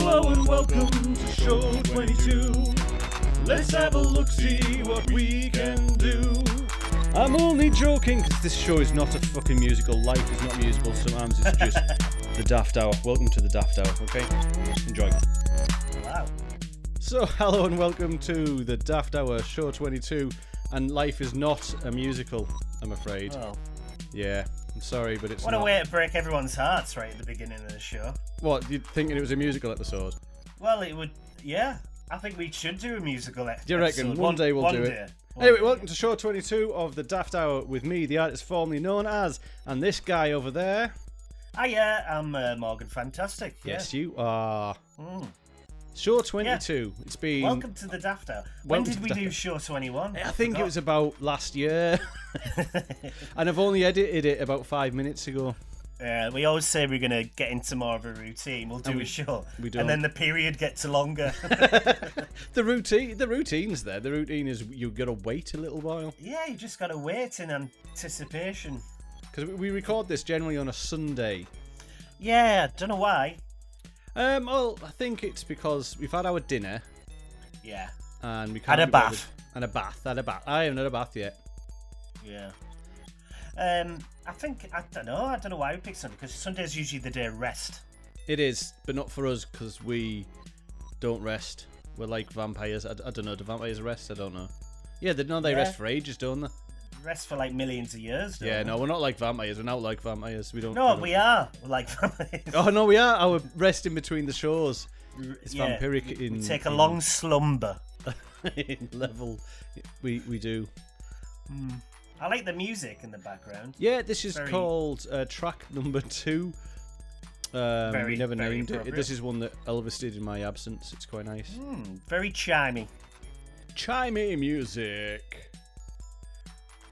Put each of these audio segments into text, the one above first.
welcome to show 22. Let's have a look, see what we can do. I'm only joking because this show is not a fucking musical. Life is not musical. Sometimes it's just the Daft Hour. Welcome to the Daft Hour, okay? Enjoy. Wow. So, hello and welcome to the Daft Hour, show 22. And life is not a musical, I'm afraid. Well, Yeah, I'm sorry, but it's what a not. way to break everyone's hearts right at the beginning of the show. What, you thinking it was a musical episode? Well, it would. Yeah, I think we should do a musical. Ex- Do you reckon? episode. One day we'll one do it. day. One Anyway, day. welcome to show 22 of the Daft Hour with me, the artist formerly known as, and this guy over there. Hiya, I'm uh, Morgan Fantastic. Yeah. Yes, you are. Mm. Show 22. It's been. Welcome to the Daft Hour. When Welcome did to we Daft do Hour. show 21? I think it was about last year, and I've only edited it about five minutes ago. uh, we always say we're going to get into more of a routine. We'll do a show. Oh, we And then the period gets longer. The routine, the routine's there. The routine is you gotta wait a little while yeah, you just got to wait in anticipation. because we record this generally on a Sunday. Yeah, don't know why. Um, well, I think it's because we've had our dinner Yeah. and we can't a be bothered- bath. and a bath, had a bath. I haven't had a bath yet. Yeah. Um, I think I don't know. I don't know why we picked Sunday because Sunday's usually the day of rest. It is, but not for us because we don't rest. We're like vampires. I, don't know. Do vampires rest? I don't know. Yeah, they, no, they Yeah. rest for ages, don't they? Rest for like millions of years. don't Yeah, we? no, we're not like vampires. We're not like vampires. We don't. No, don't- we are We're like Oh no, we are. Our rest in between the shows. It's Yeah, vampiric in take a long slumber. in level. We we do. I like the music in the background. Yeah, this is Very- called uh, track number two. Um, we Very- never very named it. appropriate. This is one that Elvis did in my absence. It's quite nice. Hmm, very chimey. Chimey music,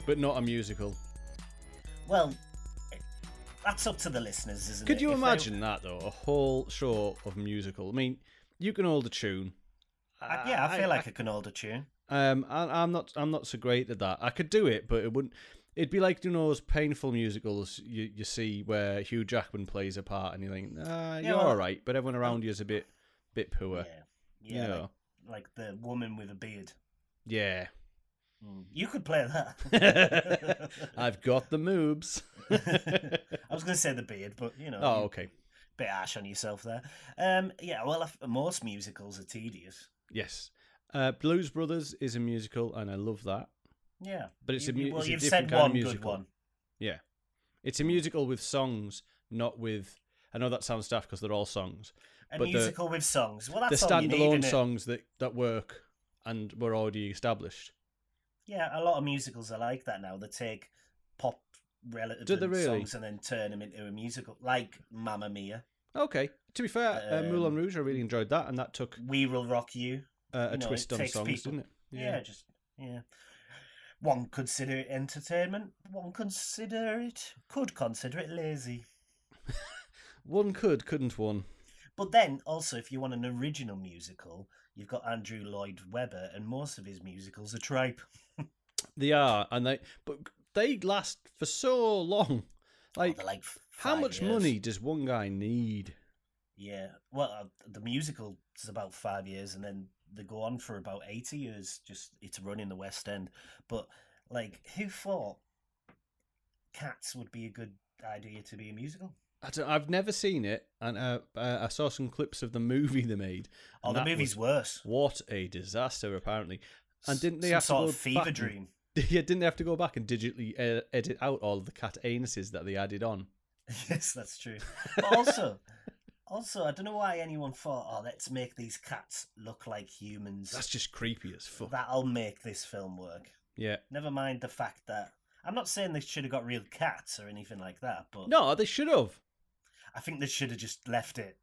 but not a musical. Well, that's up to the listeners, isn't it? Could you If they- imagine that though? A whole show of musical. I mean, you can hold a tune. I, yeah, I feel like I can hold a tune. Um, I, I'm not. I'm not so great at that. I could do it, but it wouldn't. It'd be like you know those painful musicals you, you see where Hugh Jackman plays a part, and you think, ah, you're well- all right, but everyone around you is a bit, bit poor. Yeah, Yeah, yeah, Like, like the woman with a beard. yeah. Mm, You could play that. I've got the moobs. I was going to say the beard, but you know, oh, you- okay. bit harsh on yourself there. Um, yeah, well, I f- most musicals are tedious. Yes, uh, Blues Brothers is a musical, and I love that. Yeah, But it's You- a mu- you- well, it's a you've different said kind of one good musical. one. Yeah. It's a musical with songs, not with. I know that sounds daft because they're all songs. A But the- musical with songs. Well, They're that's all you need, standalone innit? songs that, that work and were already established. Yeah, a lot of musicals are like that now. They take pop relative Do they really? songs and then turn them into a musical, like Mamma Mia, Okay. To be fair, uh, Moulin Um, Rouge, I really enjoyed that, and that took We Will Rock You. uh, a you know, it twist on takes songs, people. didn't it? Yeah, just yeah. One consider it entertainment. One consider it could consider it lazy. One could, couldn't one? But then also, if you want an original musical, you've got Andrew Lloyd Webber, and most of his musicals are tripe. They are, and they but they last for so long. Like, They're like f- how Oh, five much years. money does one guy need? Yeah, well, uh, the musical is about five years, and then they go on for about eighty years. Just it's running the West End, but like, who thought Cats would be a good idea to be a musical? I don't, I've never seen it, and uh, uh, I saw some clips of the movie they made. Oh, and the that was- movie's worse. What a disaster, apparently. And didn't they Some have to sort go of fever back and- dream? Yeah, didn't they have to go back and digitally uh, edit out all of the cat anuses that they added on? Yes, that's true. But also, also, I don't know why anyone thought, oh, let's make these cats look like humans. That's just creepy as fuck. That'll make this film work. Yeah. Never mind the fact that I'm not saying they should have got real cats or anything like that, but No, they should have. I think they should have just left it.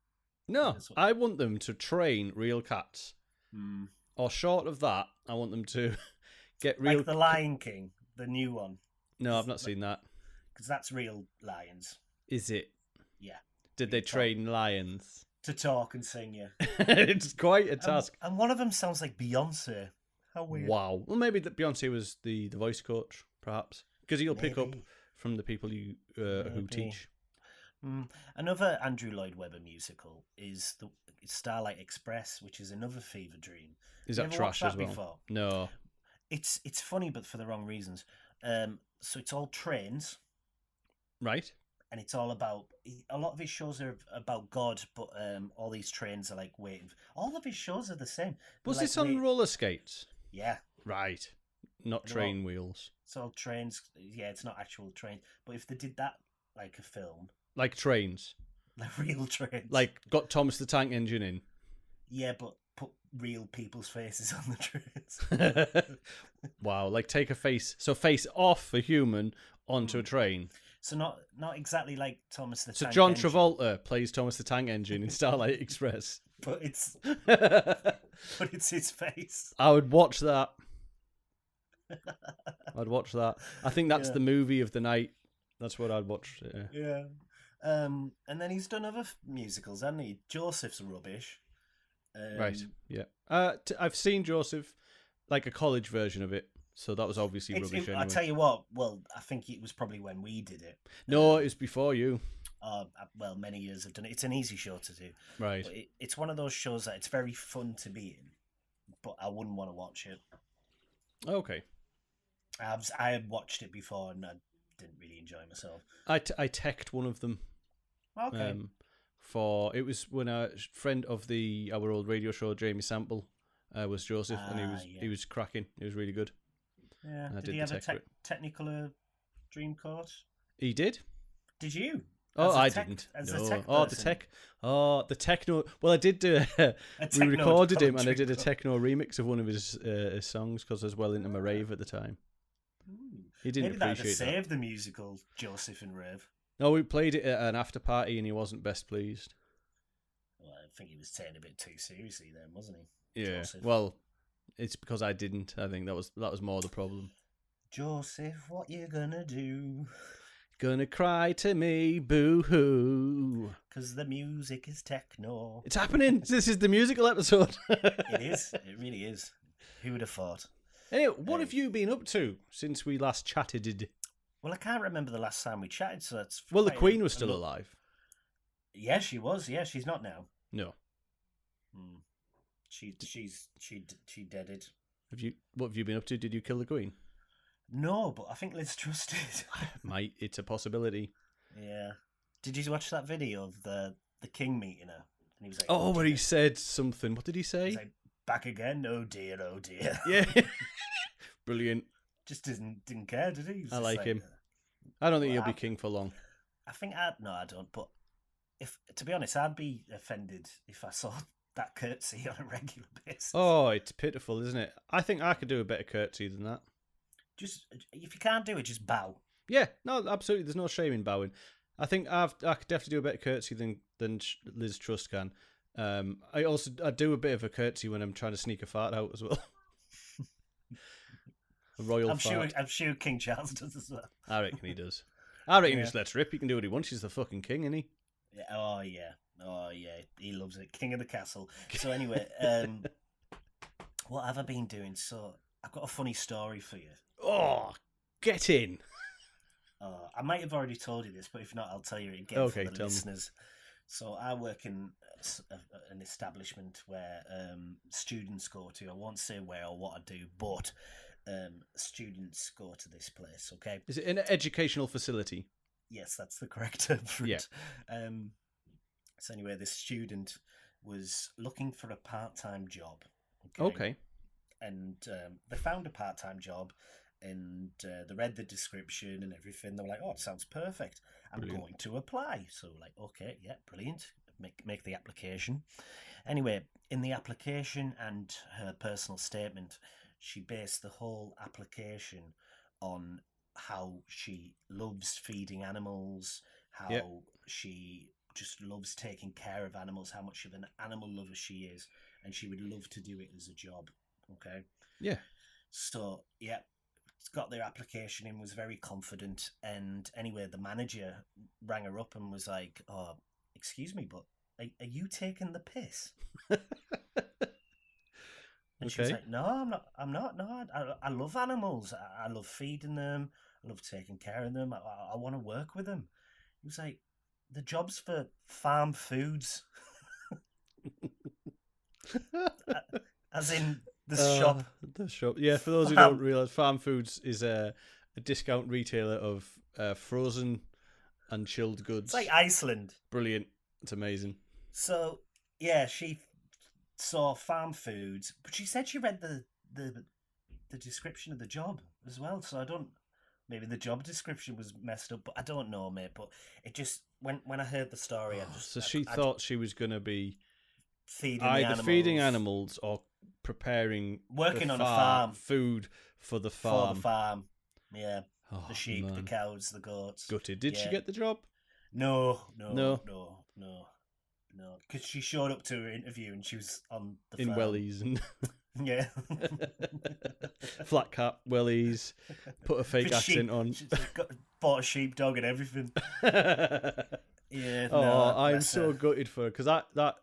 No, That's what- I want them to train real cats. Mm. Or short of that, I want them to get real. Like the Lion King, the new one, no, I've not seen that. because that's real lions Is it? Yeah. Did they Real cat. train lions? to talk and sing. Yeah, it's quite a And- task. And, one of them sounds like Beyonce. How weird. Wow. Well, maybe that Beyonce was the, the voice coach, perhaps, because he'll pick up Maybe. from the people you uh, who Maybe. teach. Mm. Another Andrew Lloyd Webber musical is the Starlight Express, which is another fever dream. Is You that ever trash watched as that well? before? No. It's it's funny, but for the wrong reasons. Um, so it's all trains, Right. and it's all about a lot of his shows are about God, but um, all these trains are like waiting. All of his shows are the same. Was Like, this on wait- roller skates? Yeah, Right. Not They're all- train wheels. it's all trains. Yeah, it's not actual trains, but if they did that like a film, Like trains. like real trains, Like got Thomas the Tank Engine in. yeah, but put real people's faces on the trains. wow, like take a face, so face off a human onto a train. So not not exactly like Thomas Mm. the So Tank John Engine, Travolta plays Thomas the Tank Engine in Starlight Express. but it's I but it's his face. would watch that. I'd watch that. I think that's Yeah. the movie of the night. That's what I'd watch. Yeah. Yeah. Um, and then he's done other f- musicals, hasn't he? Joseph's rubbish. Um, right. Yeah. Uh, t- I've seen Joseph, like a college version of it. So that was obviously It's, rubbish. it, anyway. I tell you what. Well, I think it was probably when we did it. no, it was before you. Uh, well, many years have done it. It's an easy show to do. Right. But it, it's one of those shows that it's very fun to be in, but I wouldn't want to watch it. Okay. I've I had watched it before and I didn't really enjoy myself. I, t- I teched one of them Okay. um, for it was when a friend of the our old radio show Jamie Sample uh, was Joseph, and he Ah, was yeah. he was cracking. He was really good. yeah. I Did, did he the have a tech tec- Technicolor dream course? He did. Did you? Oh, As a I tech- didn't. as a no. tech oh, the person. tech. Oh, the techno. Well, I did do. A we techno recorded him, and I commentary did a club. techno remix of one of his, uh, his songs because I was well into my rave at the time. Hmm. He didn't Maybe that'd appreciate that. save the musical Joseph and Rev. No, we played it at an after party, and he wasn't best pleased. Well, I think he was taken a bit too seriously then, wasn't he? Yeah. Joseph. Well, it's because I didn't. I think that was that was more the problem. Joseph, what you gonna do? Gonna cry to me, boo hoo. Because the music is techno. It's happening. This is the musical episode. it is. It really is. Who would have thought? Anyway, what have Hey. you been up to since we last chatted? Well, I can't remember the last time we chatted, so that's Well, the quite a- Queen was a still lo- alive. Yeah, she was. Yeah, she's not now. No. Hmm. She she's she she deaded. Have you? What have you been up to? Did you kill the Queen? No, but I think Liz Truss did. Mate, it's a possibility. yeah. Did you watch that video of the the king meeting her? And he was like, Oh, dear." but he said something. What did he say? He's like, back again. Oh dear, oh dear. yeah. Brilliant. Just didn't didn't care, did he? He was I just like him. "Uh, I don't think Well, he'll be I- king for long. I think I no, I don't. But if to be honest, I'd be offended if I saw that curtsy on a regular basis. Oh, it's pitiful, isn't it? I think I could do a better curtsy than that. Just if you can't do it, just bow. Yeah, no, absolutely. There's no shame in bowing. I think I've I could definitely do a better curtsy than than Sh- Liz Trust can. Um, I also I do a bit of a curtsy when I'm trying to sneak a fart out as well. a royal I'm sure. fart. I'm sure King Charles does as well. I reckon he does. I reckon he Yeah. just lets rip. He can do what he wants. He's the fucking king, isn't he? Yeah, oh yeah, oh yeah, he loves it. King of the castle. So anyway, um, what have I been doing? So I've got a funny story for you. Oh, get in. Uh, I might have already told you this, but if not, I'll tell you again Okay, for the tell me. listeners. So I work in a s- a- an establishment where um, students go to. I won't say where or what I do, but um, students go to this place. Okay. Is it an educational facility? Yes, that's the correct term for Yeah. it. Um, so anyway, this student was looking for a part-time job. Okay. And um, they found a part-time job, and uh, they read the description and everything. They were like, "Oh, it sounds perfect. I'm Brilliant. going to apply." So we're like, okay, yeah, brilliant. Make make the application. Anyway, in the application and her personal statement, she based the whole application on how she loves feeding animals, how Yeah. she just loves taking care of animals, how much of an animal lover she is, and she would love to do it as a job. Okay. Yeah. So yeah, got their application in, was very confident, and anyway, the manager rang her up and was like, "Oh, excuse me, but are, are you taking the piss?" And she was Okay. like, "No, I'm not. I'm not. No, I, I- I love animals. I, I love feeding them. I love taking care of them. I, I, I want to work with them." He was like, the jobs for farm foods, as in the Uh, shop. The shop. Yeah, for those who Farm. don't realise, Farm Foods is a, a discount retailer of uh, frozen and chilled goods. It's like Iceland. Brilliant. It's amazing. So yeah, she saw farm foods, but she said she read the the the description of the job as well. So I don't. Maybe the job description was messed up, but I don't know, mate. But it just when when I heard the story, I Oh, just so I- she I- thought she was going to be feeding the either feeding animals. animals or preparing Working the on a farm. food for the farm. for the farm. Yeah, Oh, the sheep, the man. cows, the goats. Gutted. Did she Yeah. get the job? No, no, No. no, no, no, Because she showed up to her interview and she was on the In farm. wellies and Yeah. flat cap wellies. Put a fake But she- accent on. she got, bought a sheepdog and everything. Yeah. Oh, no, I'm bless so her. gutted for because that that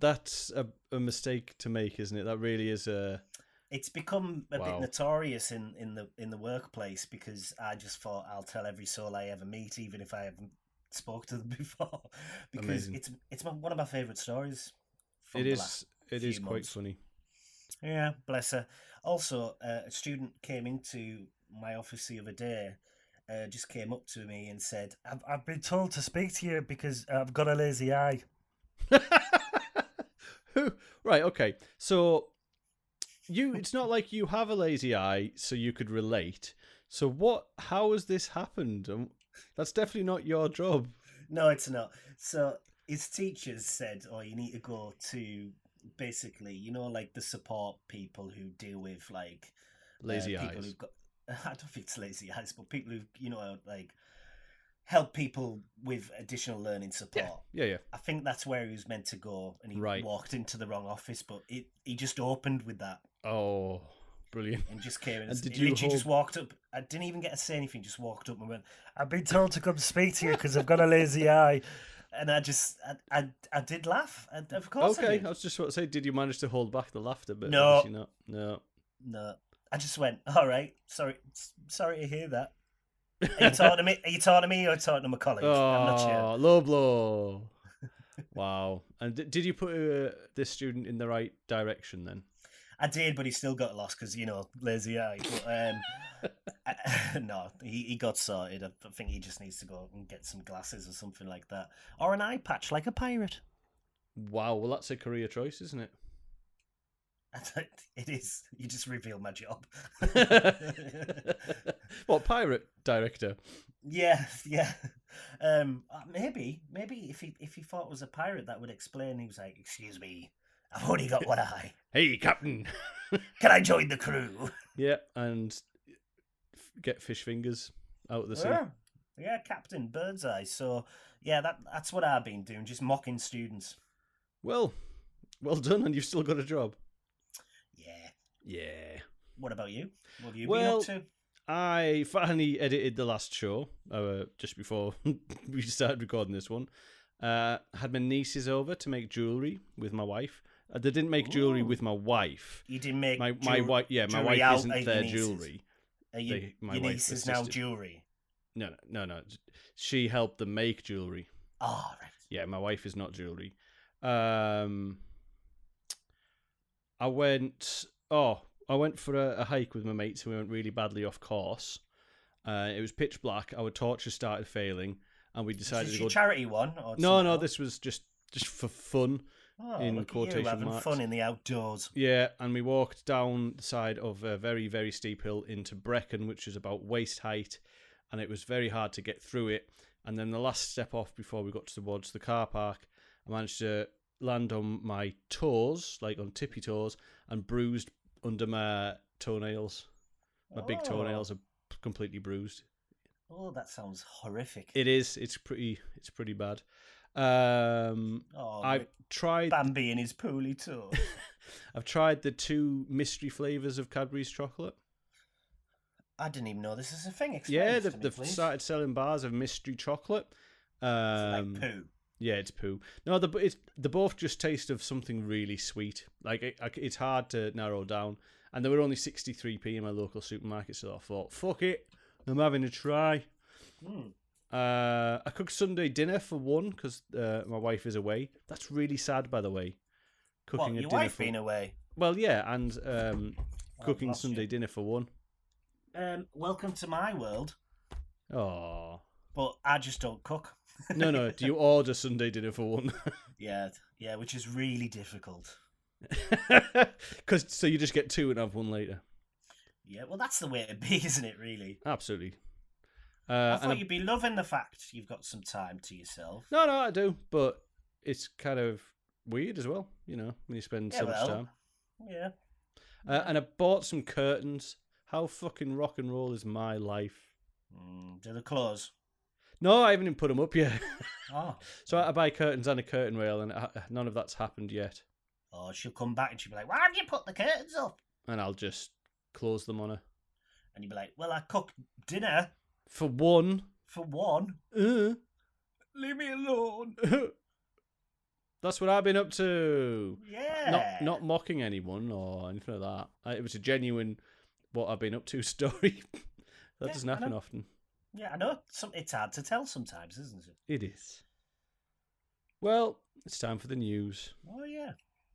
that's a, a mistake to make, isn't it? That really is a It's become a Wow. bit notorious in, in the in the workplace because I just thought I'll tell every soul I ever meet, even if I haven't spoke to them before, because Amazing. it's it's my, one of my favorite stories. From it the is it is few quite months. funny. Yeah, bless her. Also, uh, a student came into my office the other day, uh, just came up to me and said, I've, I've been told to speak to you because I've got a lazy eye. Who? Right. Okay. So you, it's not like you have a lazy eye, so you could relate. So what? How has this happened? Um, That's definitely not your job. No, it's not. So his teachers said, oh, you need to go to basically, you know, like the support people who deal with like uh, Lazy people eyes. who've got, I don't think it's lazy eyes, but people who, you know, like help people with additional learning support. Yeah. Yeah. I think that's where he was meant to go, and he Right. walked into the wrong office. But it, he just opened with that Oh, brilliant. and just came in. And And did he you literally just hold- walked up. I didn't even get to say anything. Just walked up and went, I've been told to come speak to you because I've got a lazy eye. and I just, I, I, I did laugh. And of course, I Okay. did. I was just about to say, did you manage to hold back the laughter? But No. obviously not. No. No, I just went, all right, sorry, s- sorry to hear that. Are you talking to me? Are you talking to me or talking to my colleague? I'm not sure. Oh, low blow. wow. And d- did you put uh, this student in the right direction then? I did, but he still got lost because you know lazy eye. But um, I- no, he, he got sorted. I I think he just needs to go and get some glasses or something like that, or an eye patch like a pirate. Wow. Well, that's a career choice, isn't it? it is. You just revealed my job. what pirate director? yeah, yeah. Um, uh, maybe, maybe if he if he thought it was a pirate, that would explain. He was like, "Excuse me, I've only got one eye. Hey, captain. Can I join the crew?" Yeah, and f- get fish fingers out of the sea. Yeah, yeah, Captain Birdseye. So yeah, that that's what I've been doing, just mocking students. Well, well done, and you've still got a job. Yeah. Yeah. What about you? What have you Well- been up to? I finally edited the last show uh, just before we started recording this one. Uh, had my nieces over to make jewelry with my wife. Uh, they didn't make jewelry Ooh. with my wife. You didn't Oh. make My jewel- my wife, yeah, my jewelry wife out at isn't your their niece's. jewelry. Are you, they- my your wife niece is now assisted. jewelry. No, no, no, no. She helped them make jewelry. Oh, right. Yeah, my wife is not jewelry. Um, I went. Oh, I went for a, a hike with my mates, and we went really badly off course. Uh, it was pitch black. Our torches started failing, and we Is decided this to your go. charity one? Or no, something no, else? this was just just for fun. oh, in look at quotation you, having marks. fun in the outdoors. Yeah, and we walked down the side of a very very steep hill into Brecon, which is about waist height, and it was very hard to get through it. And then the last step off before we got towards the car park, I managed to land on my toes, like on tippy toes, and bruised under my toenails. My big Oh. toenails are completely bruised. Oh, that sounds horrific. It is. It's pretty. It's pretty bad. Um, oh, I've tried. Bambi in his pooly too. I've tried the two mystery flavors of Cadbury's chocolate. I didn't even know this is a thing. Explain Yeah, this they've, to me, they've please. started selling bars of mystery chocolate. Is it Um, like poo. yeah, it's poo. No, the it's, they both just taste of something really sweet. Like it, I c- it's hard to narrow down. And they were only sixty three p in my local supermarket, so I thought, fuck it, I'm having a try. Hmm. Uh, I cook Sunday dinner for one because uh, my wife is away. That's really sad, by the way. What, Cooking a your dinner wife for been away? well, yeah, and um, Oh, cooking lost Sunday you. dinner for one. Um, welcome to my world, Oh but I just don't cook. no, no. Do you order Sunday dinner for one? Yeah, yeah, which is really difficult. Because so you just get two and have one later. Yeah, well, that's the way it be, isn't it? Really. Absolutely. I Uh, thought and I- you'd be loving the fact you've got some time to yourself. no, no, I do, but it's kind of weird as well. You know, when you spend Yeah, so much well. time. Yeah. Uh, and I bought some curtains. How fucking rock and roll is my life? Mm, do the clothes. No, I haven't even put them up yet. Oh. so I I buy curtains and a curtain rail, and uh, none of that's happened yet. Or Oh, she'll come back and she'll be like, "Why have you put the curtains up?" And I'll just close them on her. And you'll be like, "Well, I cooked dinner For one, for one. uh, Leave me alone." that's what I've been up to. Yeah. Not not mocking anyone or anything like that. I, it was a genuine what I've been up to story. that Yeah, doesn't I happen know. often. Yeah, I know. Some, it's hard to tell sometimes, isn't it? It is. Well, it's time for the news. Oh yeah.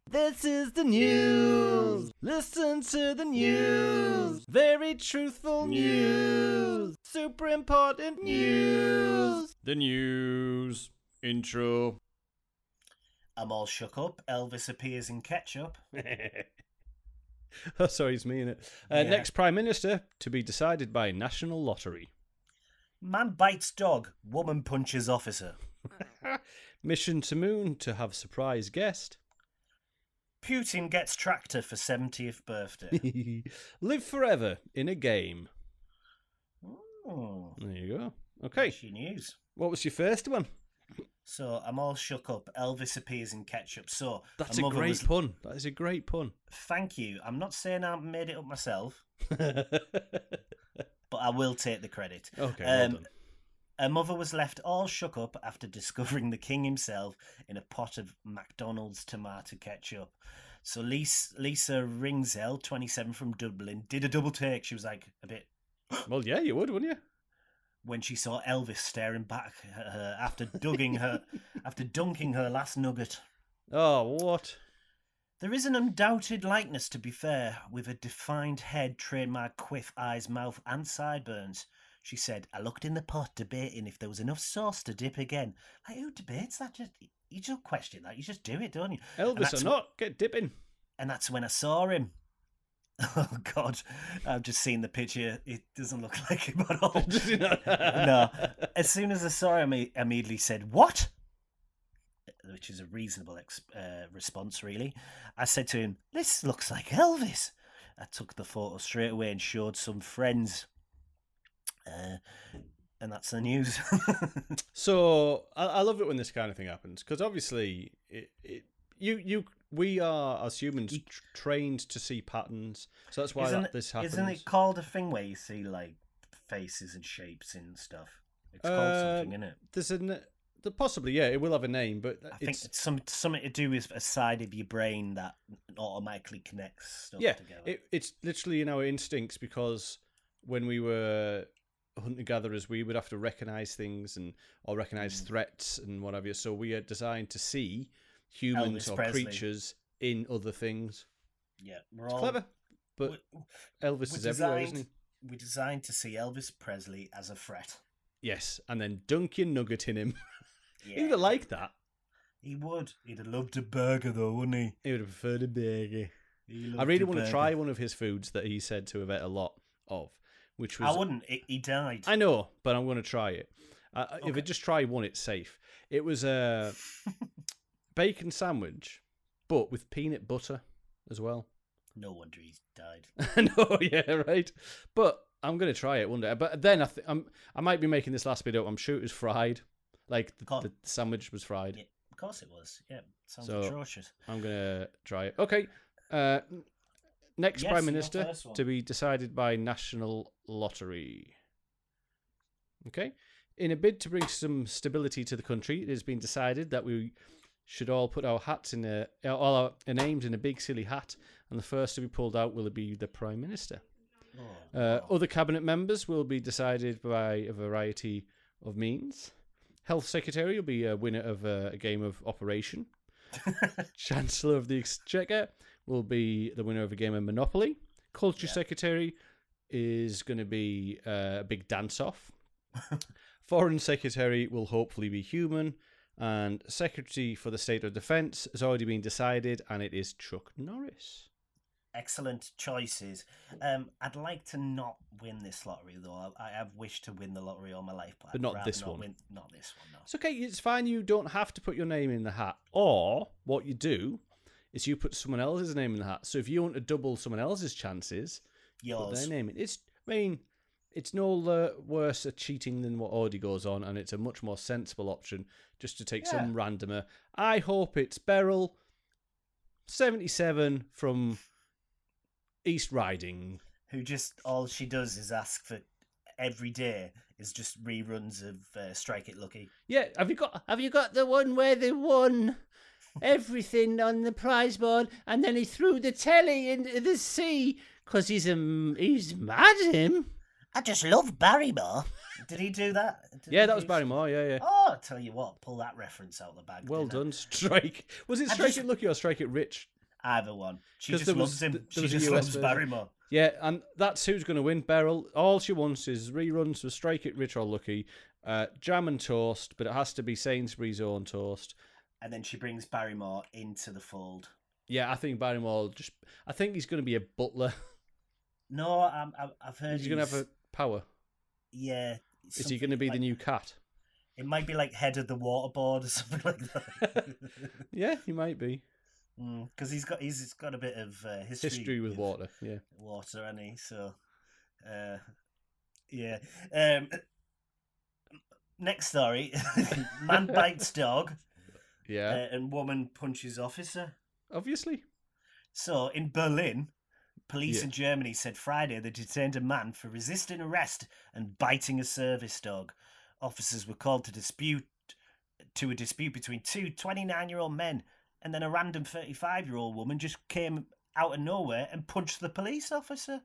This is the news. Listen to the news. Very truthful news. Super important news. The news. Intro. I'm all shook up. Elvis appears in ketchup. oh, sorry, it's me in it. Uh, Yeah. Next Prime Minister to be decided by National Lottery. Man bites dog. Woman punches officer. Mission to Moon to have surprise guest. Putin gets tractor for 70th birthday. Live forever in a game. Ooh, There you go. Okay, She news. what was your first one? So I'm all shook up. Elvis appears in ketchup. So That's a a mother great was- pun. That is a great pun. Thank you. I'm not saying I made it up myself, but I will take the credit. okay, Um, Her mother was left all shook up after discovering the king himself in a pot of McDonald's tomato ketchup. So Lisa, Lisa Ringzell, 27 from Dublin, did a double take. She was like a bit Well, yeah, you would, wouldn't you? when she saw Elvis staring back at her after dugging her after dunking her last nugget. Oh, what? There is an undoubted likeness, to be fair, with a defined head, trademark quiff, eyes, mouth, and sideburns. She said, I looked in the pot debating if there was enough sauce to dip again. Like, who debates that? Just, you don't question that. You just do it, don't you? Elvis that's- or not, get dipping. And that's when I saw him. Oh, God. I've just seen the picture. It doesn't look like him at Oh, all. no. As soon as I saw him, I immediately said, What? Which is a reasonable ex- uh, response, really. I said to him, This looks like Elvis. I took the photo straight away and showed some friends. Uh, and that's the news. So I, I love it when this kind of thing happens because obviously it, it you you we are as humans You- tr- trained to see patterns, so that's why Isn't that, it- this happens. Isn't it called a thing where you see like faces and shapes and stuff? It's called Uh, something, isn't it? There's an the possibly yeah, it will have a name, but I think it's it's some something to do with a side of your brain that automatically connects stuff yeah, together. it, it's literally in our instincts because when we were hunter gatherers, we would have to recognize things and or recognize Mm. threats and what have you. So we are designed to see humans Elvis or Presley. creatures in other things. yeah, we're It's all clever, but we- Elvis we're is everywhere, isn't he? designed- We're designed to see Elvis Presley as a threat. Yes, and then dunk your nugget in him. Yeah. He would have liked that. He would. He'd have loved a burger though, wouldn't he? He would have preferred a burger. He loved I really a want to burger. try one of his foods that he said to have ate a lot of, which was I wouldn't. He, he died. I know, but I'm going to try it. Uh, uh, If I Okay. just try one, it's safe. It was a bacon sandwich, but with peanut butter as well. No wonder he's died. I know, yeah, right. But I'm going to try it one day. But then I, th- I'm, I might be making this last bit up. I'm sure it was fried. Like the, Can't- the sandwich was fried. Yeah, of course it was. Yeah, sounds So- atrocious. I'm going to try it. Okay. Uh, n- next Yes, Prime your Minister first one. to be decided by National Lottery. Okay. In a bid to bring some stability to the country, it has been decided that we should all put our hats in a, uh, all our names in a big silly hat, and the first to be pulled out will be the Prime Minister. Oh, Uh, wow. Other cabinet members will be decided by a variety of means. Health Secretary will be a winner of uh, a game of Operation. Chancellor of the Exchequer will be the winner of a game of Monopoly. Culture Yeah. Secretary is going to be uh, a big dance off. Foreign Secretary will hopefully be human. And Secretary for the State of Defence has already been decided, and it is Chuck Norris. Excellent choices. Um, I'd like to not win this lottery though. I, I have wished to win the lottery all my life, but, But I'd not rather this not one. Win, not this one. No. It's okay, it's fine, you don't have to put your name in the hat. Or what you do is you put someone else's name in the hat. So if you want to double someone else's chances, put Yours. their name in. It's, I mean, it's no uh, worse at cheating than what already goes on, and it's a much more sensible option just to take some randomer. I hope it's Beryl, 77 from East Riding. who just all she does is ask for every day is just reruns of uh, Strike It Lucky. Yeah, have you got have you got the one where they won everything on the prize board and then he threw the telly into the sea because he's a he's mad him. I just love Barrymore. Did he do that? Did Yeah, he that was do- Barrymore. Yeah, yeah. Oh, I tell you what, pull that reference out of the bag. Well didn't done, strike. Was it Oh, I strike just- it lucky or strike it rich? I? Either one. She 'Cause just there was- loves him. th- there She was a just US loves version. Barrymore. Yeah, and that's who's going to win. Beryl. All she wants is reruns for strike it rich or lucky, uh, jam and toast, but it has to be Sainsbury's own toast. And then she brings Barrymore into the fold. Yeah, I think Barrymore just. I think he's going to be a butler. No, I'm, I'm, I've heard He's going to have a power. yeah. Is he going to be the new cat? It might be like head of the water board or something like that. Yeah, he might be. Because he's got he's got a bit of uh, history History with with water. Yeah. water, and he so, uh, yeah. Um, next story: man bites dog, Yeah. uh, and woman punches officer. Uh, Obviously. So in Berlin, police Yeah. in Germany said Friday they detained a man for resisting arrest and biting a service dog. Officers were called to dispute to a dispute between two 29-year-old men and then a random 35-year-old woman just came out of nowhere and punched the police officer.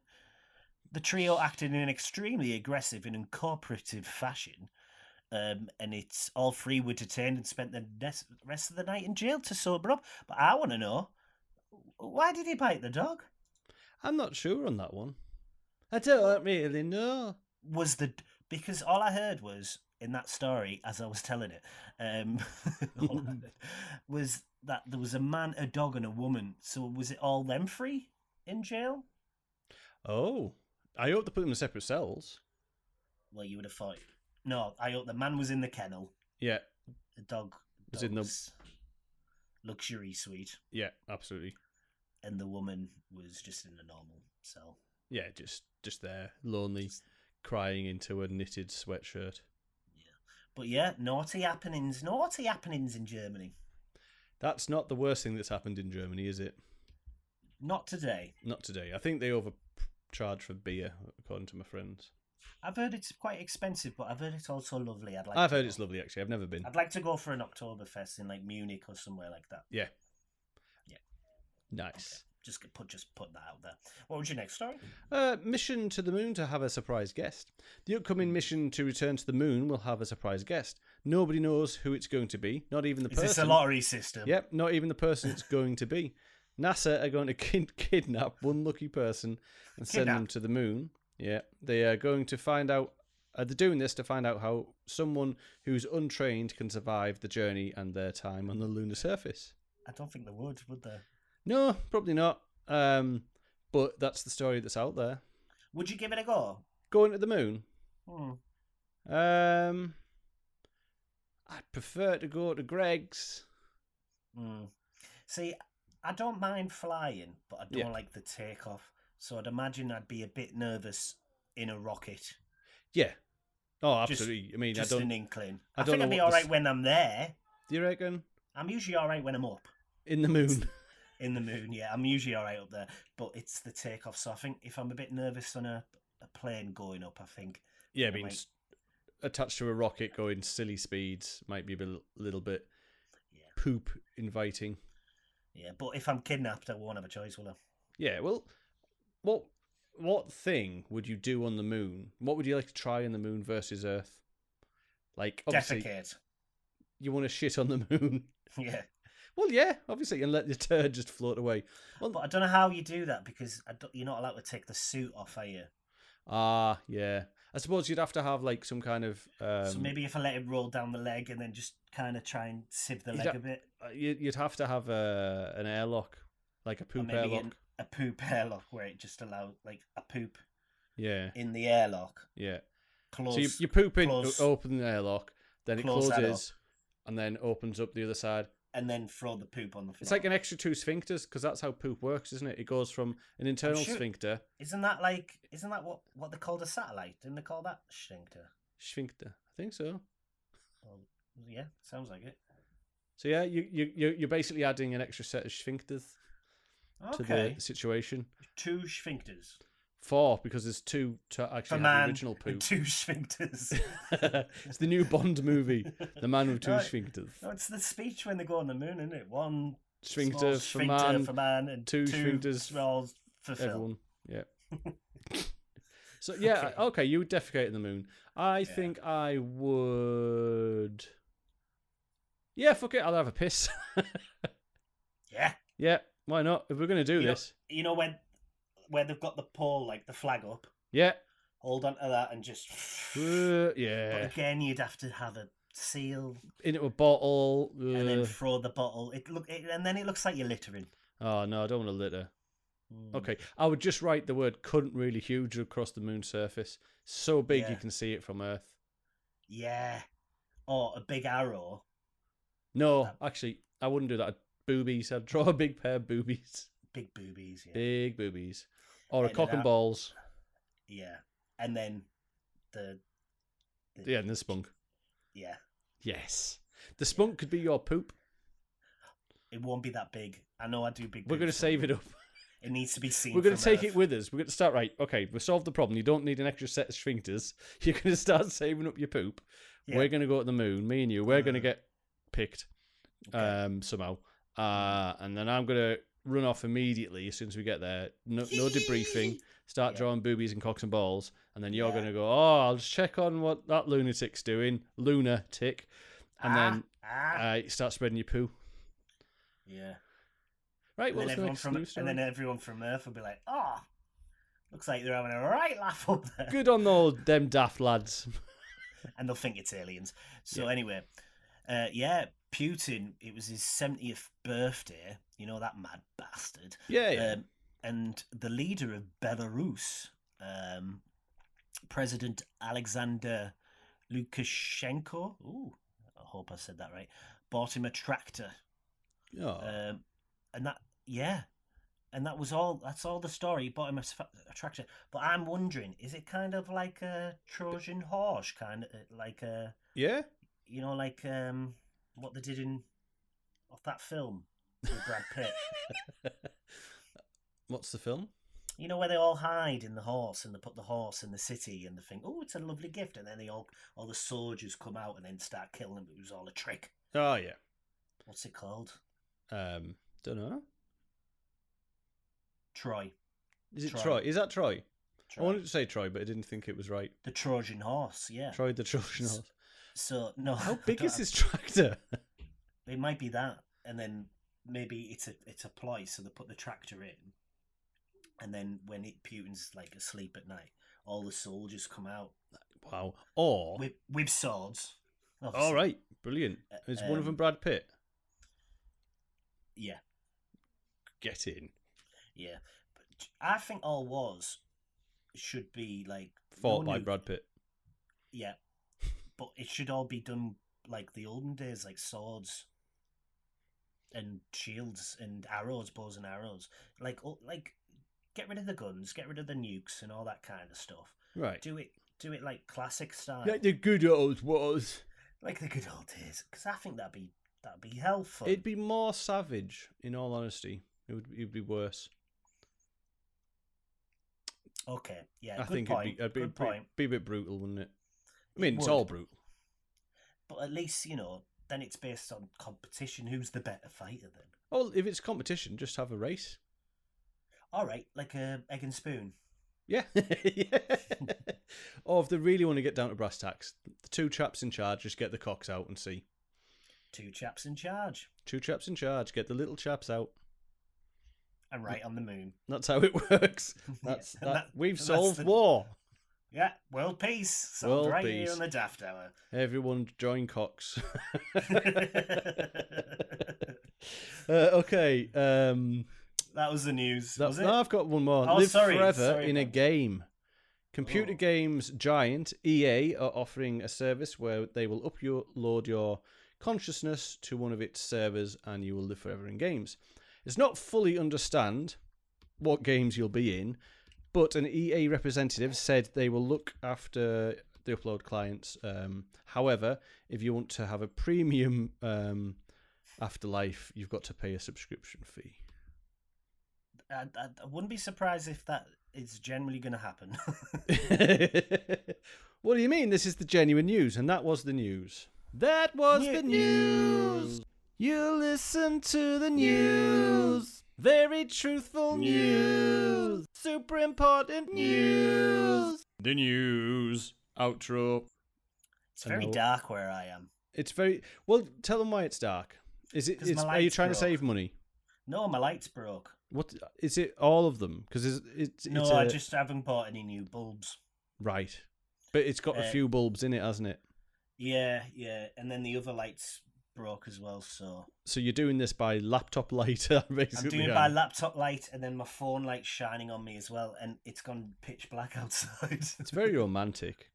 The trio acted in an extremely aggressive and incorporative fashion. Um, and it's all three were detained and spent the nes- rest of the night in jail to sober up. But I want to know why did he bite the dog? I'm not sure on that one. I don't really know. Was the because all I heard was in that story as I was telling it, um, all I heard was that there was a man, a dog, and a woman. So was it all them three in jail? Oh. I hope they put them in separate cells. Well, you would have thought. No, I hope the man was in the kennel. Yeah. The dog Was in the- dog's luxury suite, Yeah, absolutely. and the woman was just in a normal cell. Yeah, just just there, lonely, Just- crying into a knitted sweatshirt. But yeah, naughty happenings, naughty happenings in Germany. That's not the worst thing that's happened in Germany, is it? Not today. Not today. I think they overcharge for beer, according to my friends. I've heard it's quite expensive, but I've heard it's also lovely. I'd like. I've to heard go. it's lovely, actually. I've never been. I'd like to go for an Oktoberfest in like Munich or somewhere like that. Nice. Just get- put just put that out there. What was your next story? Uh, mission to the moon to have a surprise guest. The upcoming mission to return to the moon will have a surprise guest. Nobody knows who it's going to be, not even the Is person. this a lottery system? Yep, not even the person it's going to be. NASA are going to kid- kidnap one lucky person and send them Kidnap. to the moon. Yeah, they are going to find out. Uh, they're doing this to find out how someone who's untrained can survive the journey and their time on the lunar surface. I don't think they would, would they? No, probably not. Um, but that's the story that's out there. Would you give it a go? Going to the moon. Hmm. Um, I'd prefer to go to Greg's. Hmm. See, I don't mind flying, but I don't Yeah. like the takeoff. So I'd imagine I'd be a bit nervous in a rocket. Yeah. Oh, Just- absolutely. I mean, I Just don't. an inkling. I I, don't think know I'd be what all the right s- when I'm there. Do you reckon I'm usually all right when I'm up. in the moon? in the moon. Yeah, I'm usually all right up there, but it's the takeoff. So I think if I'm a bit nervous on a, a plane going up, I think Yeah, Yeah, being mate. s attached to a rocket going silly speeds might be a bit- little bit Yeah. poop inviting. yeah. But if I'm kidnapped, I won't have a choice, will I? Yeah, well, what what thing would you do on the moon? What would you like to try on the moon versus Earth? Like, obviously, Defecate. you want to shit on the moon. Yeah. Well, yeah, obviously, and let the turd just float away. But I don't know how you do that because I don't- you're not allowed to take the suit off, are you? Ah, yeah. I suppose you'd have to have like some kind of. Um, so maybe if I let it roll down the leg and then just kind of try and sieve the You leg don't- a bit, uh, you- you'd have to have a, an airlock, like a poop maybe airlock. an- a poop airlock where it just allows like a poop Yeah, in the airlock. yeah. Close. so you, you poop in, close- open the airlock, then it close that up. closes, and then opens up the other side. and then throw the poop on the floor. It's like an extra two sphincters because that's how poop works, isn't it? It goes from Oh, an internal sure- sphincter, Isn't that like? Isn't that what what they called a satellite? Didn't they call that sphincter? sphincter. I think so. Well, yeah, sounds like it. So yeah, you you you- you're basically adding an extra set of sphincters to Okay, the situation. two sphincters. Four because there's two to For actually have the man, original and poop. two sphincters. it's the new Bond movie, The Man with Two Right. Sphincters. no, it's the speech when they go on the moon, isn't it? One small Sphincter for sphincter man, for man, and two two, sphincters small for Phil. everyone. Yeah. so yeah, okay. Okay. you would defecate in the moon. I Yeah. think I would. Yeah, fuck it. I'll have a piss. Yeah, yeah, why not? If we're gonna do You know- this, you know when where they've got the pole like the flag up. yeah, Hold on to that and just. Uh, But yeah, again, you'd have to have a seal into a bottle. and then uh, throw the bottle. It look it, and then it looks like you're littering. oh no, I don't want to litter. Mm. Okay, I would just write the word "cunt" really huge across the moon surface, so big you Yeah. can see it from Earth. Yeah. Or a big arrow. No, Um, actually, I wouldn't do that. I'd- Boobies. I'd draw a big pair of boobies, Big boobies. Yeah. big boobies, or a Edit cock and out. balls. yeah. And then the, the Yeah, and the spunk. yeah. Yes, the spunk could be your poop. It won't be that big. I know I do big. We're gonna boobs, but save it up. It needs to be seen. We're gonna from take Earth. it with us. We're gonna start right. Okay, we solved the problem. You don't need an extra set of sphincters. You're gonna start saving up your poop. Yeah. We're gonna go to the moon. Me and you. We're gonna Mhm. get picked Okay. um, somehow, uh, and then I'm gonna run off immediately as soon as we get there. No, no debriefing. Start Yeah. drawing boobies and cocks and balls, and then you're Yeah. gonna go. Oh, I'll just check on what that lunatic's doing. Lunatic, and Ah, then ah. uh, start spreading your poo. yeah. Right. And What's then the everyone next from news and story? then uh, everyone from Earth will be like, oh, looks like they're having a right laugh up there. Good on those them daft lads. and they'll think it's aliens. So Yeah. anyway, uh, yeah, Putin. It was his seventieth birthday. You know that mad bastard. Yeah. yeah. Um, and the leader of Belarus, um, President Alexander Lukashenko. Ooh, I hope I said that right. Bought him a tractor, Oh, um, and that yeah. And that was all. That's all the story. He bought him a, s- a tractor, but I'm wondering: is it kind of like a Trojan horse, kind of uh, like a yeah. you know, like um, what they did in of that film with Brad Pitt. What's the film? you know, where they all hide in the horse and they put the horse in the city and they think, oh, it's a lovely gift, and then they all all the soldiers come out and then start killing them. It was all a trick. Oh yeah. What's it called? Um, don't know. Troy. Is it Troy? Troy. Is that Troy? Troy. I wanted to say Troy, but I didn't think it was right. The Trojan horse. Yeah. Troy the Trojan S- horse. So no. How I big don't is have- this tractor? It might be that, and then maybe it's a it's a ploy. So they put the tractor in, and then when it, Putin's like asleep at night, all the soldiers come out wow. Or with with swords. Oh. all obviously. right, brilliant. Uh, Is one of um, them Brad Pitt? Yeah, Get in. yeah. But I think all wars should be like Fought no by nu- Brad Pitt. Yeah, but it should all be done like the olden days, like swords and shields and arrows, bows and arrows. Like, all- like get rid of the guns, get rid of the nukes and all that kind of stuff. Right. Do it, do it like classic style, Like the good old was. like the good old days. Because I think that'd be that'd be helpful. It'd be more savage, in all honesty. It would. It'd be worse. okay, yeah. I good think point. it'd be. It'd be, good pretty- point. be a bit brutal, wouldn't it? I It mean, it's would. all brutal. But at least you know, then it's based on competition. Who's the better fighter then? Oh, if it's competition, just have a race. All right, like a egg and spoon. Yeah. or if they really want to get down to brass tacks, the two chaps in charge just get the cocks out and see. Two chaps in charge Two chaps in charge, get the little chaps out. and right on the moon. That's how it works. That's And that, that- we've and that's solved the- war. Yeah, world peace. Sold World right peace. here on the Daft Hour. Everyone join cocks. uh, okay. Um, that was the news. that, was it? no, I've got one more. Oh, Live sorry, forever sorry, in a Ben. game. Computer Oh. games giant EA are offering a service where they will upload your consciousness to one of its servers and you will live forever in games. It's not fully understand what games you'll be in, but an EA representative said they will look after the upload clients. Um, however, if you want to have a premium um, afterlife, you've got to pay a subscription fee. I, I, I wouldn't be surprised if that is generally going to happen. what do you mean? This is the genuine news, and that was the news. That was New- the news. You listen to the news. Very truthful news. Super important news. The news. Outro. it's I very know. dark where I am. It's very well. Tell them why it's dark. Is it? 'Cause my It's, are you lights trying to broke. save money? No, my lights broke. What is it? All of them? Because it's it's No, it's I a- just haven't bought any new bulbs. right, but it's got a Uh, few bulbs in it, hasn't it? Yeah, yeah. And then the other lights broke as well. So So you're doing this by laptop lighter, I'm basically. doing aren't my you? laptop light and then my phone light shining on me as well. And it's gone pitch black outside. It's very romantic.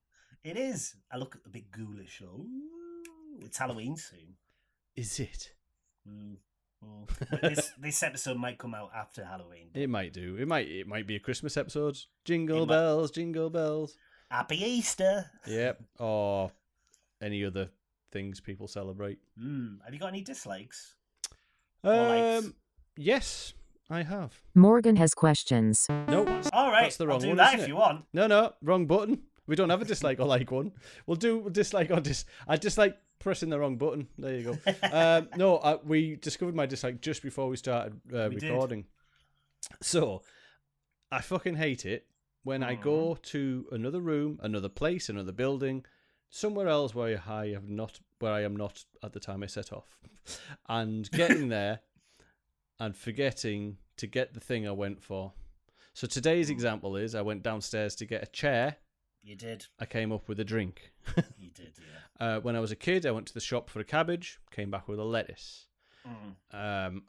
it is. I look a bit ghoulish. Ooh, it's Halloween soon. Is it? Mm, mm. But this, this episode might come out after Halloween. It might do. It might. It might be a Christmas episode. Jingle It might- bells, jingle bells. Happy Easter! Yep. Or any other things people celebrate. Mm. Have you got any dislikes? Um. likes. Yes, I have. Morgan has questions. No, All right, That's the wrong I'll do one, that isn't if it? you want. no, no. Wrong button. We don't have a dislike or like one. We'll do dislike or dis. I dislike pressing the wrong button. There you go. um, no, I, we discovered my dislike just before we started uh, We did. recording. So I fucking hate it when I go to another room, another place, another building, somewhere else where I have not, where I am not at the time I set off, and getting there and forgetting to get the thing I went for. So today's example is I went downstairs to get a chair. You did, I came up with a drink. you did, yeah. Uh, when I was a kid, I went to the shop for a cabbage, came back with a lettuce. Mm. Um,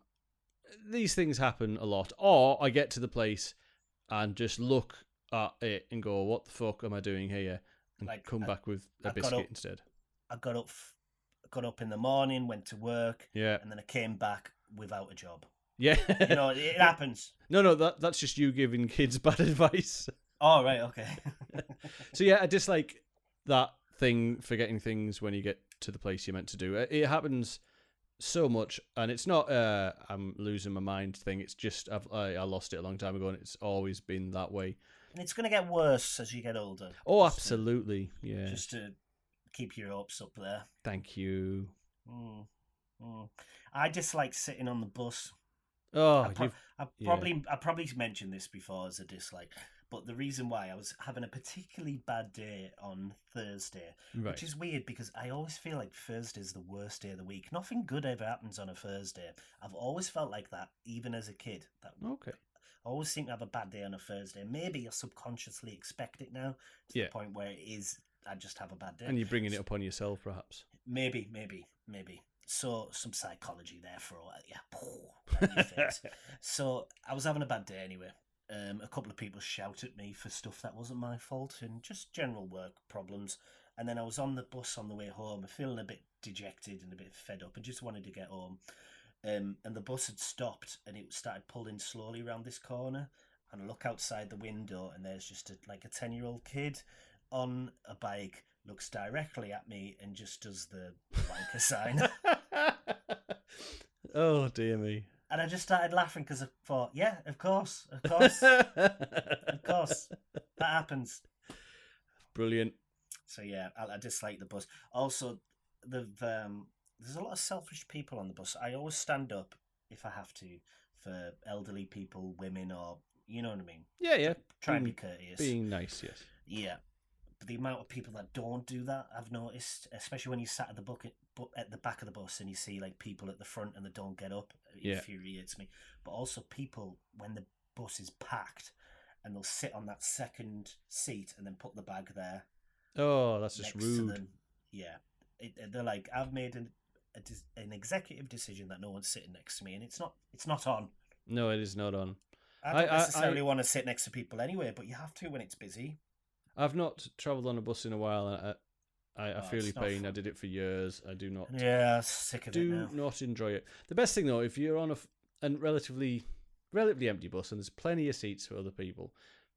these things happen a lot. Or I get to the place and just look at it and go, "What the fuck am I doing here?" and Like, come I- back with a I've got biscuit up- instead. I got up, got up in the morning, went to work, Yeah, and then I came back without a job. yeah. You know, it happens. no, no, that that's just you giving kids bad advice. All right, okay. So yeah, I dislike that thing forgetting things when you get to the place you're meant to do. It, it happens so much, and it's not uh, I'm losing my mind thing. It's just I've, I, I lost it a long time ago, and it's always been that way. and it's going to get worse as you get older. Oh, Just to- absolutely, yeah. Just to keep your hopes up there. Thank you. Mm. Mm. I dislike sitting on the bus. Oh, I, pro- you've- I yeah. probably I probably mentioned this before as a dislike, but the reason why I was having a particularly bad day on Thursday, right. which is weird because I always feel like Thursday is the worst day of the week. Nothing good ever happens on a Thursday. I've always felt like that, even as a kid. That okay. I always seem to have a bad day on a Thursday. Maybe I subconsciously expect it now to Yeah. the point where it is. I just have a bad day. And you're bringing it upon yourself, perhaps. Maybe, maybe, maybe. So some psychology there for all yeah. poo, right in your face. so I was having a bad day anyway. Um, a couple of people shout at me for stuff that wasn't my fault and just general work problems. And then I was on the bus on the way home, feeling a bit dejected and a bit fed up, and just wanted to get home. Um, and the bus had stopped, and it started pulling slowly round this corner. And I look outside the window, and there's just a, like a ten-year-old kid on a bike, looks directly at me, and just does the wanker sign. oh dear me. And I just started laughing because I thought, yeah, of course, of course, of course, that happens. Brilliant. So yeah, I, I dislike the bus. Also, the um, there's a lot of selfish people on the bus. I always stand up if I have to for elderly people, women, or You know what I mean? Yeah, yeah. Try and be Being- courteous. Being nice, yes. Yeah. But the amount of people that don't do that, I've noticed, especially when you sat at the bucket, bu- at the back of the bus and you see like people at the front and they don't get up, it Yeah. infuriates me. But also people when the bus is packed and they'll sit on that second seat and then put the bag there. Oh, that's just next to rude. them. Yeah, it, it- they're like, I've made an a, dis- an executive decision that no one's sitting next to me, and it's not it's not on. No, it is not on. I I- don't I- necessarily I- want to sit next to people anyway, but you have to when it's busy. I've not travelled on a bus in a while, and I, I, I Oh, feel it's your not pain. I fun. did it for years. I do not, Yeah, I'm sick of it do now. not enjoy it. The best thing though, if you're on a f- and relatively, relatively empty bus, and there's plenty of seats for other people,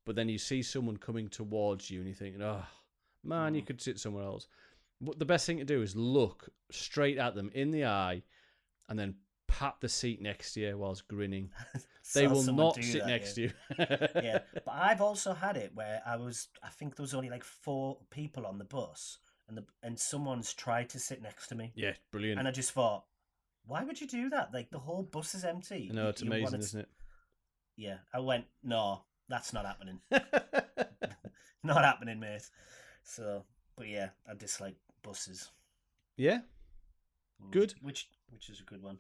but then you see someone coming towards you, and you're thinking, oh man, you Mm. could sit somewhere else. But the best thing to do is look straight at them in the eye, and then pat the seat next to you whilst grinning. They Saw will someone not do sit that, next to yeah. you. yeah, but I've also had it where I was. I think there was only like four people on the bus, and the and someone's tried to sit next to me, yeah, brilliant. and I just thought, why would you do that? Like the whole bus is empty. I know it's amazing, it? isn't it? Yeah, I went, no, that's not happening. not happening, mate. So, but yeah, I dislike buses. yeah. Mm, Good. Which which is a good one.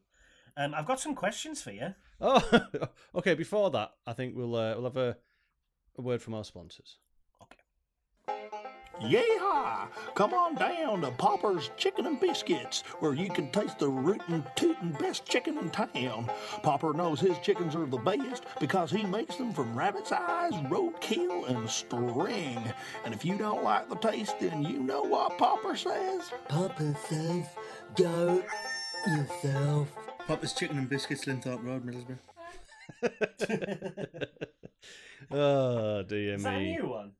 Um, I've got some questions for you. Oh, okay. Before that, I think we'll uh, we'll have a, a word from our sponsors. Yeehaw! Come on down to Popper's Chicken and Biscuits, where you can taste the rootin' tootin' best chicken in town. Popper knows his chickens are the best because he makes them from rabbit's eyes, roadkill, and string. And if you don't like the taste, then you know what Popper says. Papa says, go yourself. Papa's Chicken and Biscuits, Linthorpe Road, Middlesbrough. oh dear Is that a me! new one?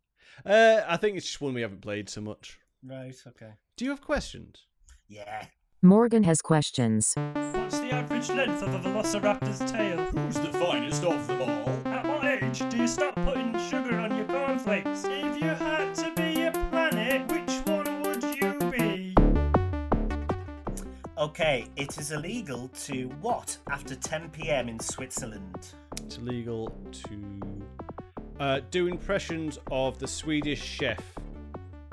Uh, I think it's just one we haven't played so much. Right. Okay. Do you have questions? Yeah. Morgan has questions. What's the average length of a velociraptor's tail? Who's the finest of them all? At what age do you stop putting sugar on your cornflakes? If you had to be a planet, which one would you be? Okay. It is illegal to what after 10 p.m. in Switzerland? It's illegal to uh, do impressions of the Swedish chef.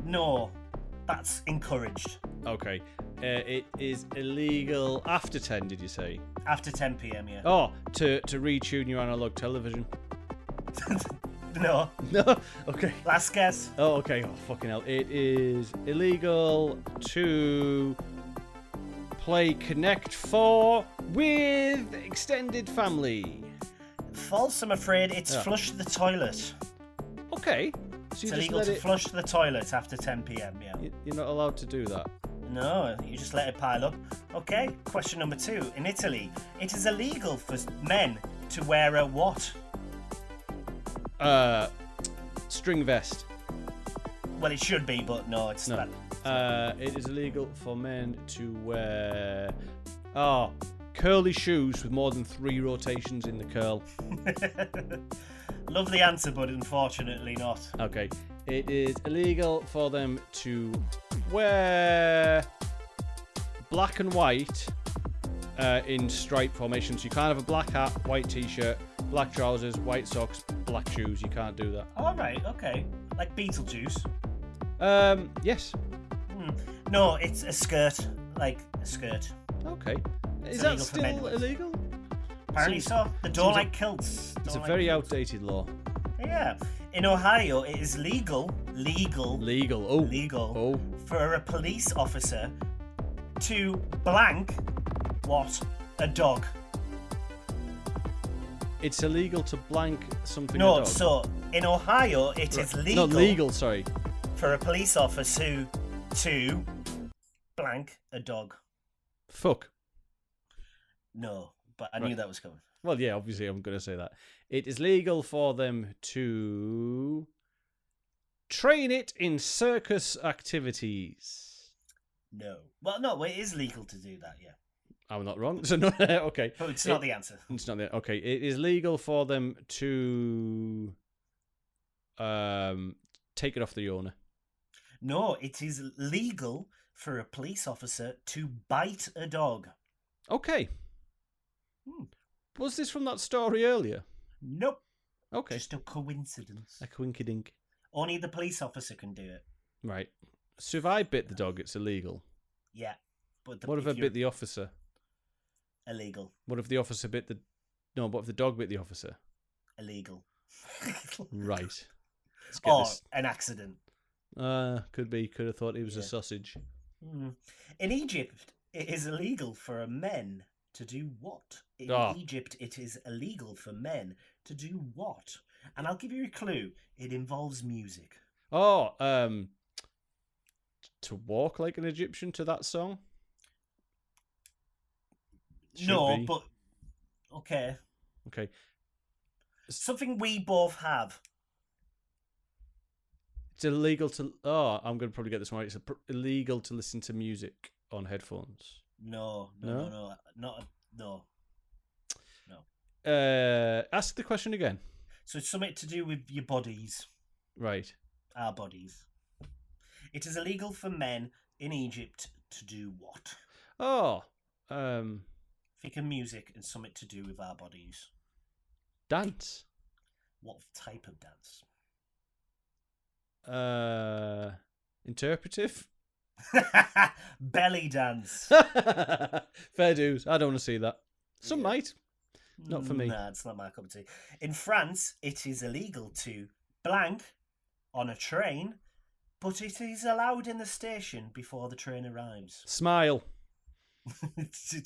No, that's encouraged Okay, uh, it is illegal after ten. Did you say? after 10 p.m. Yeah. Oh, to to retune your analog television. No. No. Okay. Last guess. Oh, okay. Oh, fucking hell. It is illegal to play Connect 4 with extended family. False, I'm afraid. It's Yeah. flush the toilet. Okay. So you it's just illegal let to it. flush the toilet after 10 p.m. Yeah. you- You're not allowed to do that. No, you just let it pile up. Okay. Question number two. In Italy, it is illegal for men to wear a what? Uh, string vest. Well, it should be, but no, it's No. not. Uh, it is illegal for men to wear. Oh, curly shoes with more than three rotations in the curl. Love the answer, but unfortunately not. Okay. It is illegal for them to wear black and white uh, in stripe formation. So you can't have a black hat, white t shirt, black trousers, white socks, black shoes. You can't do that. All right. Okay. Like Beetlejuice. Um, yes. Hmm. No, it's a skirt. Like a skirt. Okay. Is It's that illegal for men still to wear. illegal? Apparently Seems- so. They don't seems a- like kilts. It's Don't a like very kilts. outdated law. Yeah. In Ohio, it is legal, legal, Legal. Oh. Legal. Oh. for a police officer to blank what? A dog. It's illegal to blank something. a no, dog. so in Ohio, it is legal, Not legal, sorry. for a police officer to blank a dog. Fuck. No, but I Right. knew that was coming. Well, yeah, obviously I'm going to say that. It is legal for them to train it in circus activities. No. Well, no, it is legal to do that, yeah. I'm not wrong. So no, okay. But it's It- not the answer. It's not there. Okay, it is legal for them to um take it off the owner. No, it is legal for a police officer to bite a dog. Okay. Hmm. Was this from that story earlier? Nope. Okay. Just a coincidence. a quinkydink. Only the police officer can do it. Right. So if I bit the dog, it's illegal. Yeah, but the, what if I bit you're- the officer? illegal? What if the officer bit the? No. What if the dog bit the officer? Illegal. Mm. Right. Let's get or Mm, this. an accident. Uh, could be. Could have thought it was a Yeah. sausage. Hmm. In Egypt, it is illegal for a men to do what? In Ah. Egypt, it is illegal for men to do what? And I'll give you a clue. It involves music. Oh, um, to walk like an Egyptian to that song. Should no, be. but okay, Okay. something we both have. It's illegal to. Oh, I'm gonna probably get this one. right. It's pr- illegal to listen to music on headphones. No, no, no, No? no, not a, no. Uh, ask the question again. So it's something to do with your bodies, Right. our bodies. It is illegal for men in Egypt to do what? Oh, um, Think of music and something to do with our bodies. dance. What type of dance? Uh, interpretive. Belly dance. Fair dues. I don't want to see that. Some Yeah. might. Not for me. Mm, Nah, it's not my cup of tea. In France, it is illegal to blank on a train, but it is allowed in the station before the train arrives. Smile.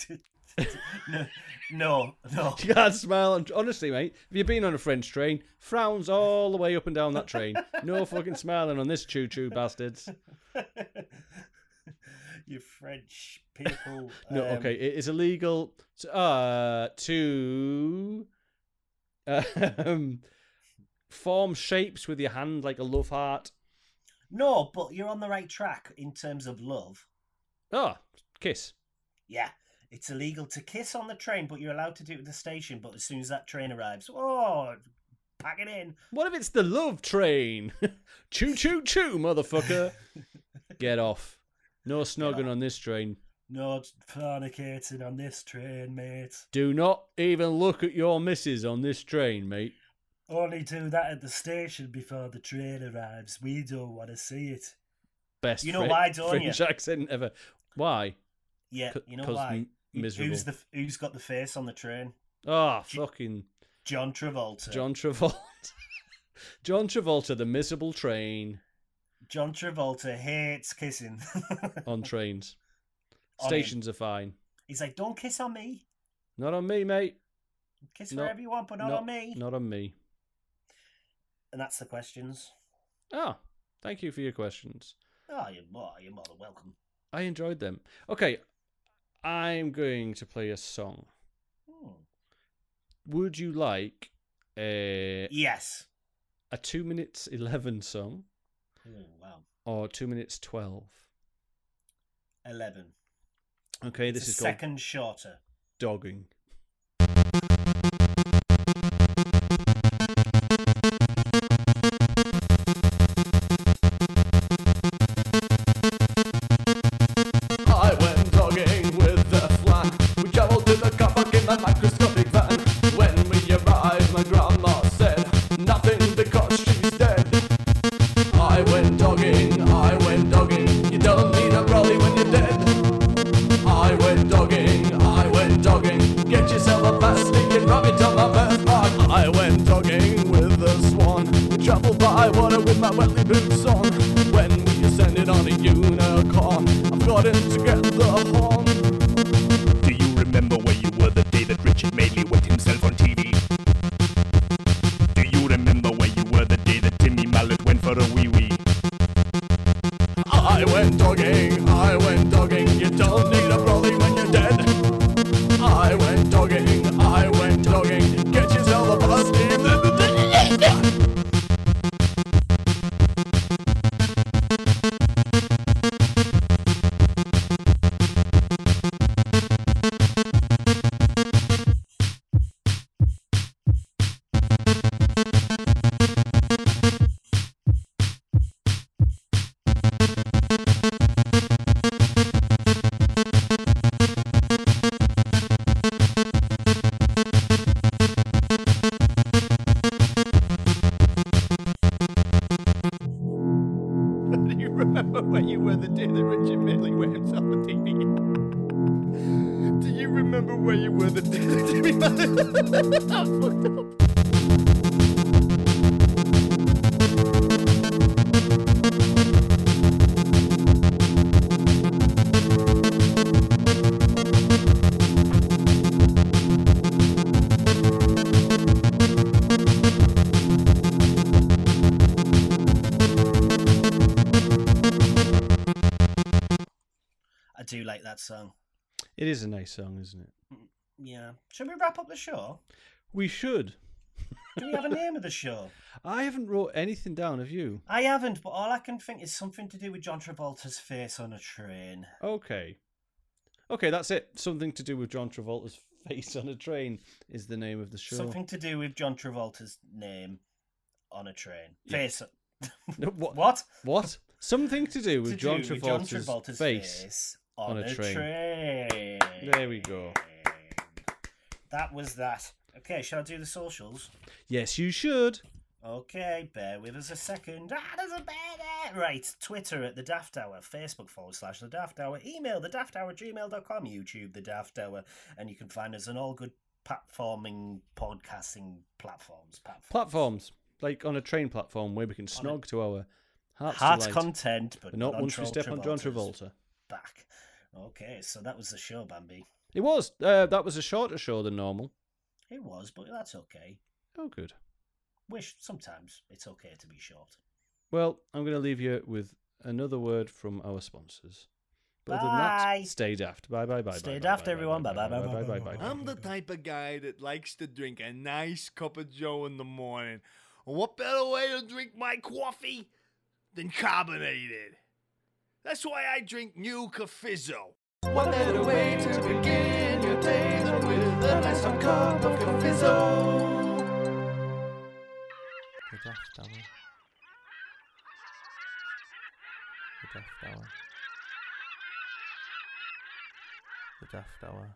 no, no, no. You can't smile. And- Honestly, mate, if you've been on a French train, frowns all the way up and down that train. No fucking smiling on this choo choo bastards. you French people. No, um, okay, it is illegal to, uh, to um, form shapes with your hand like a love heart. No, but you're on the right track in terms of love. Ah, kiss. Yeah, it's illegal to kiss on the train, but you're allowed to do it at the station. But as soon as that train arrives, oh, pack it in. What if it's the love train? choo choo choo, motherfucker. Get off. No snogging on this train. No fornicating on this train, mate. Do not even look at your missus on this train, mate. Only do that at the station before the train arrives. We don't want to see it. Best You know Fre- why, don't French accent ever. Why? Yeah, C- you know 'cause why? m- miserable. Who's the who's got the face on the train? Ah, fucking John Travolta. John Travolta. John Travolta, the miserable train John Travolta hates kissing. on trains. On him. Stations are fine. He's like, don't kiss on me. Not on me, mate. Kiss Not- wherever you want, but not, on me. Not on me. And that's the questions. Ah, thank you for your questions. Oh, you're more, you're more than welcome. I enjoyed them. Okay, I'm going to play a song. Hmm. Would you like a Yes. a two minutes eleven song Oh, wow. or two minutes twelve? 11. Okay, It's this a is called second shorter. dogging. I went dogging with the flan. We traveled in the car park in my microscopic van. When we arrived, my grandma said nothing because she's dead. I went dogging, I went dogging. You don't need a brolly when you're dead. I went dogging, I went dogging. Get yourself a fast sneaking rabbit on my birthmark. I went dogging with the swan. We traveled by water with my wetly boots on. When we ascended on a unicorn, I've got it to get the horn. Do you remember where you were the day that Richard Madeley wet himself on TV? Do you remember where you were the day that Timmy Mallet went for a wee wee? I went dogging, I went dogging. You don't need a brolly when you're dead. I went dogging, I went dogging. Get yourself a bus team. That's fucked up. I do like that song. It is a nice song, isn't it? Yeah. Should we wrap up the show? We should. Do we have a name of the show? I haven't wrote anything down, have you? I haven't, but all I can think is something to do with John Travolta's face on a train. Okay. Okay, that's it. Something to do with John Travolta's face on a train is the name of the show. Something to do with John Travolta's name on a train. Yeah. Face. No, what? What? What? Something to do with, To John, do Travolta's with John Travolta's face. on, a, train. There we go. That was that. Okay, shall I do the socials? Yes, you should. Okay, bear with us a second. Ah, there's a bear there. Right, Twitter at the Daft Hour, Facebook forward slash the Daft Hour, email the Daft Hour, gmail.com, YouTube the Daft Hour, and you can find us on all good platforming, podcasting platforms. platforms. Platforms. Like on a train platform where we can snog to our heart's Heart delight. content, but but not on once we Tra- step on John Travolta's Travolta. Back. Okay, so that was the show, Bambi. It was. Uh, that was a shorter show than normal. It was, but that's okay. Oh, good. Wish sometimes it's okay to be short. Well, I'm going to leave you with another word from our sponsors. But other than Bye. that, stay daft. Bye bye bye. Stay bye, daft, bye, bye, everyone. Bye Bye, bye bye, bye bye, bye bye, bye. bye. I'm the type of guy that likes to drink a nice cup of Joe in the morning. And what better way to drink my coffee than carbonated? That's why I drink new Cafizzo. What better way to begin your day than with a nice hot cup of Cafizzo? The Daft Hour. The Daft Hour. The Daft Hour.